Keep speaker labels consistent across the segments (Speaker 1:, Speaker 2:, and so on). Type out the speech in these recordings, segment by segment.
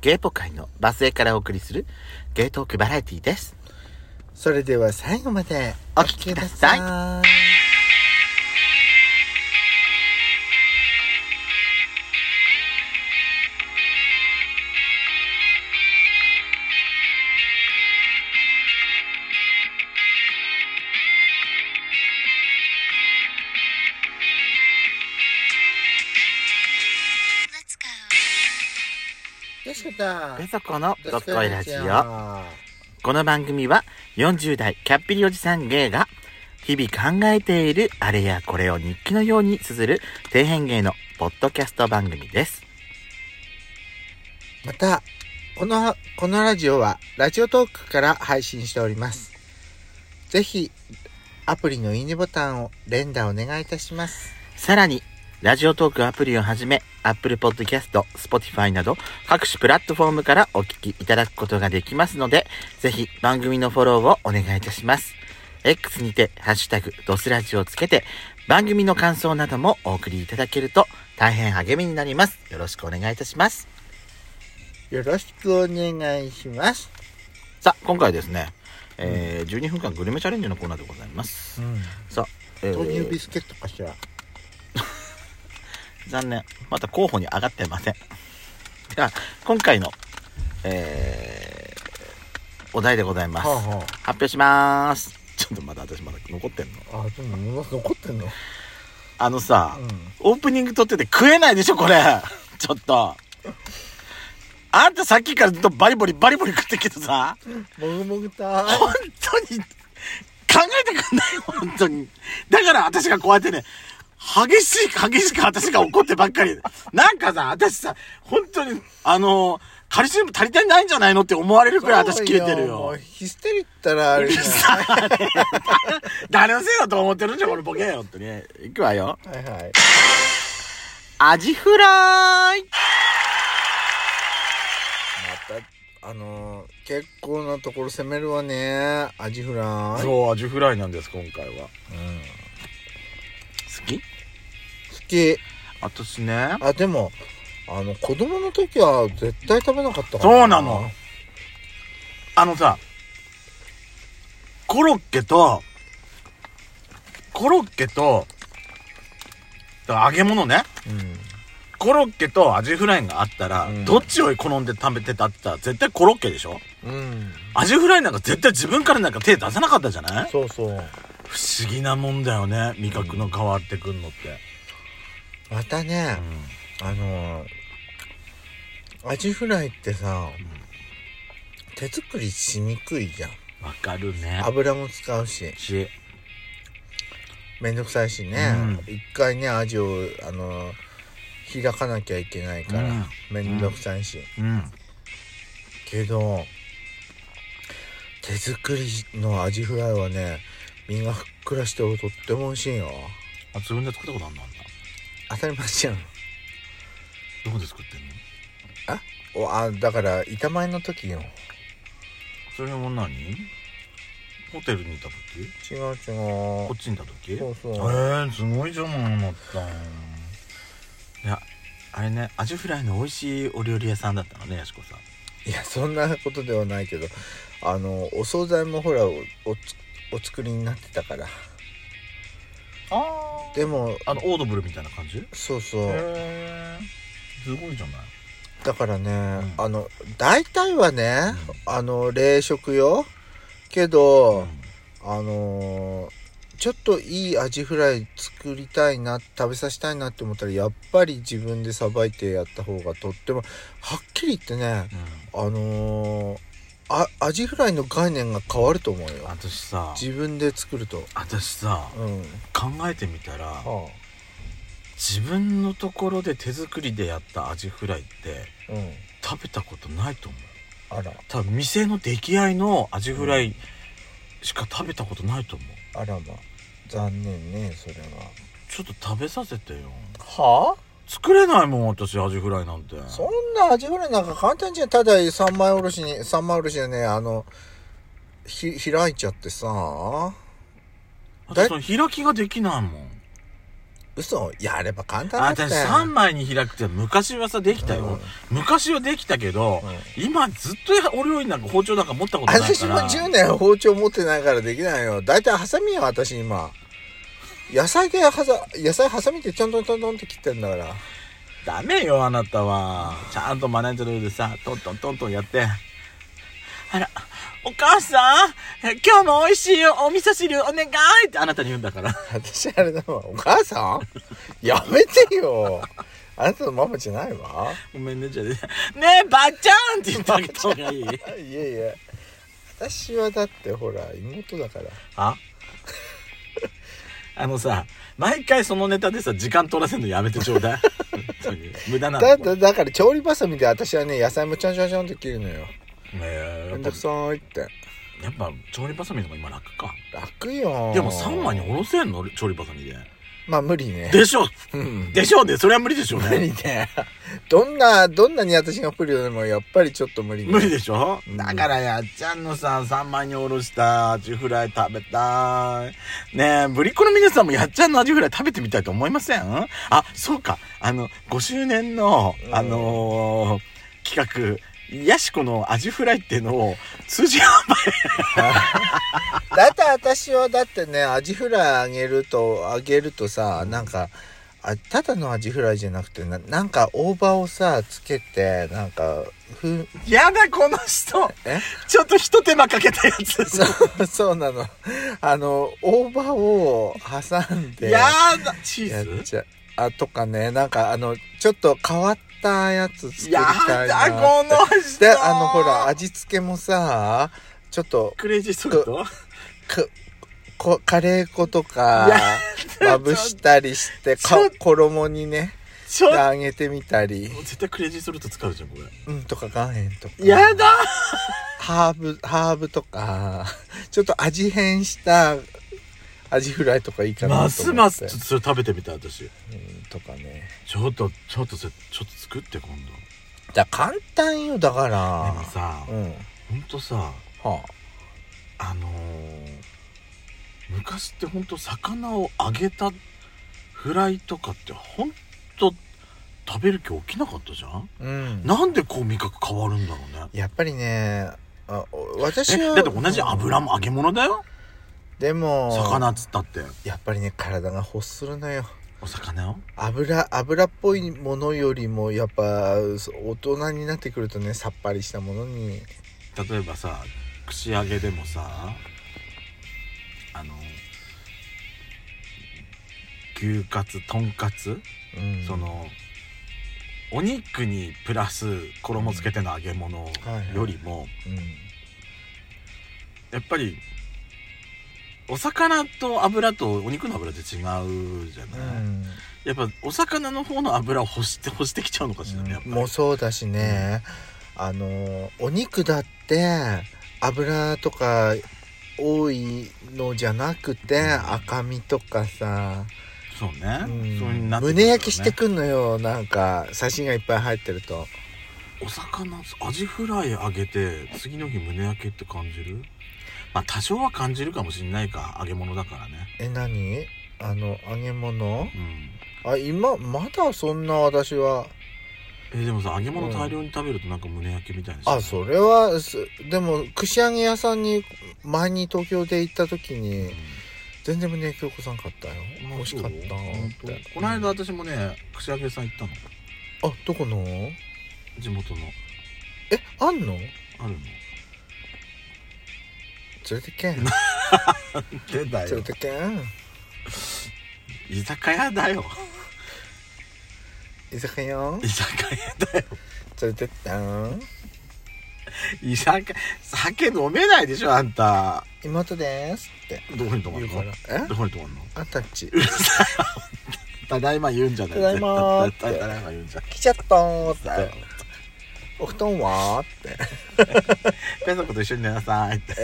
Speaker 1: ゲイポ界のバスへからお送りするゲイトークバラエティです。
Speaker 2: それでは最後まで
Speaker 1: お聞きください
Speaker 2: よしか
Speaker 1: ペ
Speaker 2: っ
Speaker 1: ソコの
Speaker 2: た
Speaker 1: どっこいラジオ。
Speaker 2: は
Speaker 1: この番組は40代キャッピリおじさんゲイが日々考えているあれやこれを日記のように綴る底辺芸のポッドキャスト番組です。
Speaker 2: またこのこのラジオはラジオトークから配信しておりますぜひアプリのいいねボタンを連打お願いいたします
Speaker 1: さらに、ラジオトークアプリをはじめ、Apple Podcast、Spotify など各種プラットフォームからお聞きいただくことができますので、ぜひ番組のフォローをお願いいたします。X にて、ハッシュタグ、ドスラジをつけて、番組の感想などもお送りいただけると大変励みになります。よろしくお願いいたします。
Speaker 2: よろしくお願いします
Speaker 1: さあ、今回ですね、えー12分間グルメチャレンジのコーナーでございます。さあ、えー
Speaker 2: 豆乳ビスケットかしら
Speaker 1: 残念また候補に上がってませんでは今回のえーお題でございます、
Speaker 2: はあは
Speaker 1: 発表しますちょっとまだ私まだ残ってんの
Speaker 2: ああでも残ってんの
Speaker 1: あのさ、
Speaker 2: う
Speaker 1: オープニング撮ってて食えないでしょこれちょっとあんたさっきからずっとバリバリバリバリ食ってきてさ
Speaker 2: んもぐもぐたーい
Speaker 1: 本当に考えてくんない本当にだから私がこうやってね激しい激しく私が怒ってばっかりなんかさ私さ本当にあのカルシウム足りてないんじゃないのって思われるくらい私切れてる
Speaker 2: も
Speaker 1: よ
Speaker 2: うヒステリったらあれじゃん
Speaker 1: 誰のせいだと思ってるんじゃんこのボケ本当にいくわよ
Speaker 2: はいはい
Speaker 1: アジフライ
Speaker 2: またあのー結構なところ攻めるわねアジフライ、うん、好
Speaker 1: そうアジフライなんです今回は好き
Speaker 2: き
Speaker 1: 私ね
Speaker 2: あでもあの子供の時は絶対食べなかったから
Speaker 1: そうなのあのさ、コロッケと、コロッケと、揚げ物ね。
Speaker 2: うん
Speaker 1: コロッケとアジフライがあったら、
Speaker 2: うん
Speaker 1: どっちを好んで食べてたって言ったら絶対コロッケでしょ
Speaker 2: うん
Speaker 1: アジフライなんか絶対自分からなんか手出さなかったじゃない
Speaker 2: そうそう
Speaker 1: 不思議なもんだよね。味覚の変わってくんのって。
Speaker 2: またねあのーアジフライってさ手作りしにくいじゃん
Speaker 1: わ、かるね。
Speaker 2: 油も使うし
Speaker 1: し、
Speaker 2: めんどくさいしね
Speaker 1: う
Speaker 2: 一、回ねアジをあの開かなきゃいけないから、
Speaker 1: うん
Speaker 2: めんどくさいし、
Speaker 1: うん。
Speaker 2: けど手作りのアジフライはね身がふっくらしてとっても美味しいよ
Speaker 1: あ、自分で作ったことあんのあんた
Speaker 2: 当たり前じゃん
Speaker 1: どこで作ってんの
Speaker 2: おあだから板前の時よ
Speaker 1: それも何ホテルにいた時
Speaker 2: 違う違う
Speaker 1: こっちにいた時
Speaker 2: そうそう
Speaker 1: えー、すごいじゃんまったいやあれねアジフライの美味しいお料理屋さんだったのねやしこさん
Speaker 2: いやそんなことではないけどあのお惣菜もほらおおつお作りになってたから
Speaker 1: あ
Speaker 2: でも
Speaker 1: あのオードブルみたいな感じへ
Speaker 2: そうそう
Speaker 1: えすごいじゃない
Speaker 2: だからね、
Speaker 1: うん
Speaker 2: あの大体はね、あの冷食よけど、あのーちょっといいアジフライ作りたいな食べさせたいなって思ったらやっぱり自分でさばいてやった方がとってもはっきり言ってね
Speaker 1: うん
Speaker 2: あのーあアジフライの概念が変わると思うよ
Speaker 1: 私さ
Speaker 2: 自分で作ると
Speaker 1: 私さ
Speaker 2: うん
Speaker 1: 考えてみたら
Speaker 2: は
Speaker 1: 自分のところで手作りでやったアジフライって
Speaker 2: あうん
Speaker 1: 食べたことないと思う
Speaker 2: あら
Speaker 1: 多分店の出来合いのアジフライしか食べたことないと思う
Speaker 2: あらま残念ねそれ
Speaker 1: ちょっと食べさせてよ
Speaker 2: はは
Speaker 1: 作れないもん私アジフライなんて
Speaker 2: あそんなアジフライなんか簡単じゃんただ三枚おろしに三枚おろしでねあのひ開いちゃってさ
Speaker 1: だその開きができないもん
Speaker 2: 嘘やれば簡単だ
Speaker 1: あ
Speaker 2: って
Speaker 1: 私3枚に開くって昔はさできたよ、昔はできたけど、今ずっとお料理なんか包丁なんか持ったことないから
Speaker 2: 私も10年包丁持ってないからできないよ大体ハサミよ私今野菜ではさ野菜ハサミでちょんちょんちょんちょんって切ってるんだから
Speaker 1: ダメよあなたはちゃんとマネージャーの上でさトントントントンやってあらお母さんえ今日も美味しいお味噌汁お願いってあなたに言うんだから
Speaker 2: 私あれだわお母さんやめてよ あなたのママじゃないわ
Speaker 1: ごめんねじゃあねねえばっちゃんって言ってあげた方がいい
Speaker 2: いえいえ私はだってほら妹だから
Speaker 1: あ あのさ毎回そのネタでさ時間取らせるのやめてちょう だい本当に無駄なの
Speaker 2: だだだから調理バサミで私はね野菜もちょんちょんちょんって切るのよ
Speaker 1: えー
Speaker 2: めん
Speaker 1: や
Speaker 2: ど
Speaker 1: っ
Speaker 2: くさーいって
Speaker 1: ぱやっぱ調理バサミの方が今楽か
Speaker 2: 楽よ
Speaker 1: でも3枚におろせんの調理バサミで
Speaker 2: まあ無理ね
Speaker 1: でしょ
Speaker 2: うん
Speaker 1: でしょうねそれは無理でしょう
Speaker 2: 無
Speaker 1: ね
Speaker 2: 理ね。 どんな、どんなに私がプリオでもやっぱりちょっと無理ね。
Speaker 1: 無理でしょ、
Speaker 2: うん
Speaker 1: だからやっちゃんのさ3枚におろしたアジフライ食べたいねえぶりっ子の皆さんもやっちゃんのアジフライ食べてみたいと思いませんあそうかあの5周年の
Speaker 2: うん
Speaker 1: あのー企画ヤシコのアジフライっていうのを通じ販
Speaker 2: だって私はだってね、アジフライ揚げると、揚げるとさ、なんか、あただのアジフライじゃなくてな、なんか大葉をさ、つけて、なんか、ふ、
Speaker 1: 売やだこの 人
Speaker 2: え
Speaker 1: ちょっとひと手間かけたやつ
Speaker 2: そう、そうなの。あの、大葉を挟んで、
Speaker 1: やだチ
Speaker 2: や
Speaker 1: ーズ
Speaker 2: っちゃ、あ、とかね、なんかあの、ちょっと変わったやつ作り
Speaker 1: や
Speaker 2: たいなっ
Speaker 1: だ
Speaker 2: て。
Speaker 1: この人
Speaker 2: で、あの、ほら、味付けもさ、ちょっと、
Speaker 1: クレイジーソルト
Speaker 2: かこカレー粉と
Speaker 1: い
Speaker 2: か
Speaker 1: や
Speaker 2: まぶしたりしてか
Speaker 1: ちょ
Speaker 2: 衣にね
Speaker 1: ちょっと
Speaker 2: 揚げてみたり
Speaker 1: 絶対クレイジーソルト使うじゃんこれ
Speaker 2: うんとか岩塩とか
Speaker 1: やだ
Speaker 2: ハーブハーブとかちょっと味変したアジフライとかいいかなと思
Speaker 1: ま
Speaker 2: って
Speaker 1: すますちょっとそれ食べてみたい私
Speaker 2: うんとかね
Speaker 1: ちょっとちょっとそれちょっと作って今度で
Speaker 2: だから簡単よだから
Speaker 1: もさ
Speaker 2: うん
Speaker 1: ほんとさ
Speaker 2: は
Speaker 1: あのー昔ってほんと魚を揚げたフライとかってほんと食べる気起きなかったじゃん
Speaker 2: あうん
Speaker 1: なんでこう味覚変わるんだろうね
Speaker 2: やっぱりねあお
Speaker 1: え
Speaker 2: 私は
Speaker 1: だって同じ油も揚げ物だよ
Speaker 2: でも
Speaker 1: 魚っつったって
Speaker 2: やっぱりね体が欲するのよ
Speaker 1: お魚を
Speaker 2: 油油っぽいものよりもやっぱそう大人になってくるとねさっぱりしたものに
Speaker 1: 例えばさ串揚げでもさあの牛カツとんかつ、
Speaker 2: うん
Speaker 1: そのお肉にプラス衣つけての揚げ物
Speaker 2: はい
Speaker 1: よりも、
Speaker 2: うん
Speaker 1: やっぱりお魚と油とお肉の油って違うじゃない、
Speaker 2: うん
Speaker 1: やっぱお魚の方の油を干して干してきちゃうのかしらねやっぱり
Speaker 2: もうそうだしねあのお肉だって油とか多いのじゃなくて
Speaker 1: うん
Speaker 2: 赤身とかさ、
Speaker 1: そうね、
Speaker 2: うん
Speaker 1: そうになってくるよ
Speaker 2: 胸
Speaker 1: ね
Speaker 2: 焼けしてくんのよなんか刺しがいっぱい入ってると
Speaker 1: お魚アジフライ揚げて次の日胸焼けって感じるまあ多少は感じるかもしんないか揚げ物だからね
Speaker 2: え何あの揚げ物
Speaker 1: うん
Speaker 2: あ今まだそんな私は
Speaker 1: えでもさ揚げ物大量に食べるとなんか胸焼けみたいな
Speaker 2: あ
Speaker 1: う
Speaker 2: それはすでも串揚げ屋さんに前に東京で行った時に全然胸焼け起こさんかったよ美味しかったって
Speaker 1: この間私もね串揚げ屋さん行ったの
Speaker 2: あどこのえ
Speaker 1: 地元の
Speaker 2: あんの連
Speaker 1: あるの
Speaker 2: れてけん
Speaker 1: 出た
Speaker 2: 連れてけん
Speaker 1: 居酒屋だよ
Speaker 2: 居酒屋
Speaker 1: 居酒屋だよ
Speaker 2: 連れてったん
Speaker 1: 居酒屋酒飲めないでしょあんた
Speaker 2: 妹ですって
Speaker 1: どこに泊ま
Speaker 2: 言
Speaker 1: る
Speaker 2: うから
Speaker 1: の
Speaker 2: え
Speaker 1: どこに泊まるの
Speaker 2: あんたっち
Speaker 1: ただいま言うんじゃない
Speaker 2: ただいまー
Speaker 1: 絶対 ただいま言うんじゃない
Speaker 2: 来ちゃったーってお布団はって
Speaker 1: ペソコと一緒に寝なさいって。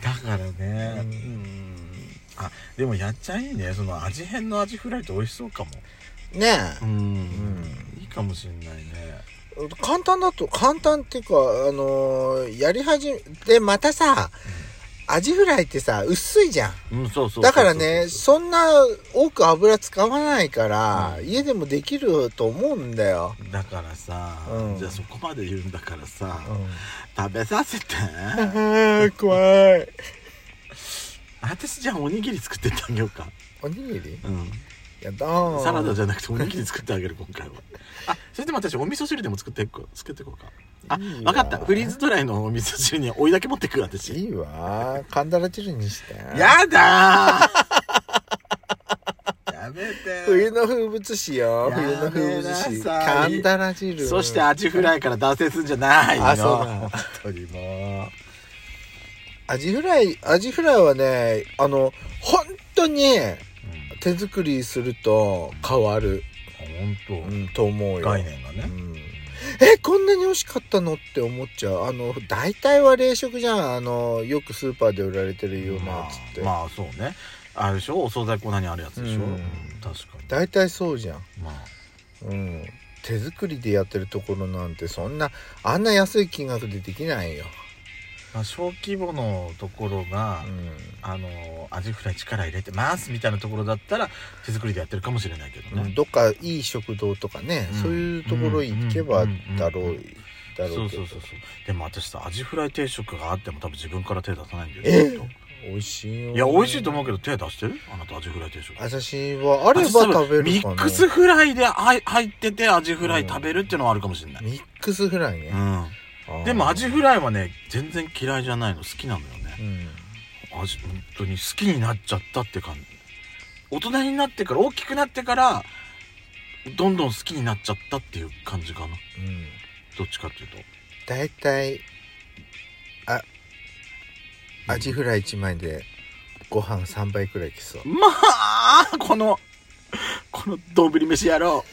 Speaker 1: だからね、
Speaker 2: うん
Speaker 1: うんあ、でもやっちゃいいね。その味変のアジフライって美味しそうかも。
Speaker 2: ね
Speaker 1: うん。
Speaker 2: ん
Speaker 1: いいかもしんないね。
Speaker 2: え簡単だと簡単っていうかあのーやり始めでまたさ、アジフライってさ、薄いじゃん。
Speaker 1: うん、そうそうそうそう
Speaker 2: だからね、そんな多く油使わないから、
Speaker 1: うん
Speaker 2: 家でもできると思うんだよ。
Speaker 1: だからさ、
Speaker 2: うん
Speaker 1: じゃあそこまで言うんだ からさ、
Speaker 2: う
Speaker 1: 食べさせて
Speaker 2: ん、怖い。
Speaker 1: 私じゃあおにぎり作ってってあげようか、
Speaker 2: おにぎり
Speaker 1: うん、
Speaker 2: やだー
Speaker 1: サラダじゃなくておにぎり作ってあげる今回はあそれでも私お味噌汁でも作っていこう作っていこうかあ
Speaker 2: いい
Speaker 1: 分
Speaker 2: わ
Speaker 1: かったフリーズドライのお味噌汁にお湯だけ持ってくる私
Speaker 2: いいわー。カンダラ汁にして。
Speaker 1: やだー やめ
Speaker 2: 冬
Speaker 1: て
Speaker 2: の風物詩よ。
Speaker 1: やめ
Speaker 2: 冬
Speaker 1: なさ
Speaker 2: の
Speaker 1: い
Speaker 2: 風物詩。カンダラ汁。
Speaker 1: そしてアジフライから脱線するんじゃないの
Speaker 2: あそうなの
Speaker 1: 本当にも
Speaker 2: アジフライ、アジフライはね、あの、本当に手作りすると変わる、
Speaker 1: う、
Speaker 2: う
Speaker 1: 本
Speaker 2: ん、と思
Speaker 1: 当
Speaker 2: うよ。
Speaker 1: 概念がね、
Speaker 2: うんえこんなに美味しかったのって思っちゃうあの大体は冷食じゃんあのよくスーパーで売られてるようなやつって、
Speaker 1: まあ、まあそうねあれでしょお惣菜コーナーにあるやつでしょ、
Speaker 2: うん
Speaker 1: うん確かに
Speaker 2: 大体そうじゃん、
Speaker 1: まあ
Speaker 2: うん、手作りでやってるところなんてそんなあんな安い金額でできないよ、
Speaker 1: まあ小規模のところが、
Speaker 2: う
Speaker 1: あのアジフライ力入れてますみたいなところだったら手作りでやってるかもしれないけど
Speaker 2: ん
Speaker 1: ね、
Speaker 2: どっかいい食堂とかね、
Speaker 1: うん
Speaker 2: そういうところ行けば
Speaker 1: うん
Speaker 2: だろう、
Speaker 1: うん
Speaker 2: だ
Speaker 1: そ
Speaker 2: ろう
Speaker 1: う
Speaker 2: け
Speaker 1: そ
Speaker 2: ど
Speaker 1: うそうそうでも私さアジフライ定食があっても多分自分から手出さないんだよ
Speaker 2: え
Speaker 1: ずっと
Speaker 2: 美味しいよ
Speaker 1: いや美味しいと思うけど手出してるあなたアジフライ定食
Speaker 2: 私はあれば食べる
Speaker 1: ミ
Speaker 2: かな
Speaker 1: ックスフライで入入っててアジフライ食べるっていうのはあるかもしれない、
Speaker 2: ミックスフライね、
Speaker 1: う
Speaker 2: あー
Speaker 1: ん、でもアジフライはね全然嫌いじゃないの好きなのよね
Speaker 2: うん
Speaker 1: 味本当に好きになっちゃったって感じ大人になってから大きくなってからどんどん好きになっちゃったっていう感じかな
Speaker 2: うん
Speaker 1: どっちかっていうと
Speaker 2: 大体あアジフライ1枚でご飯3杯くらいきそう
Speaker 1: まあこのこのどんぶり飯野郎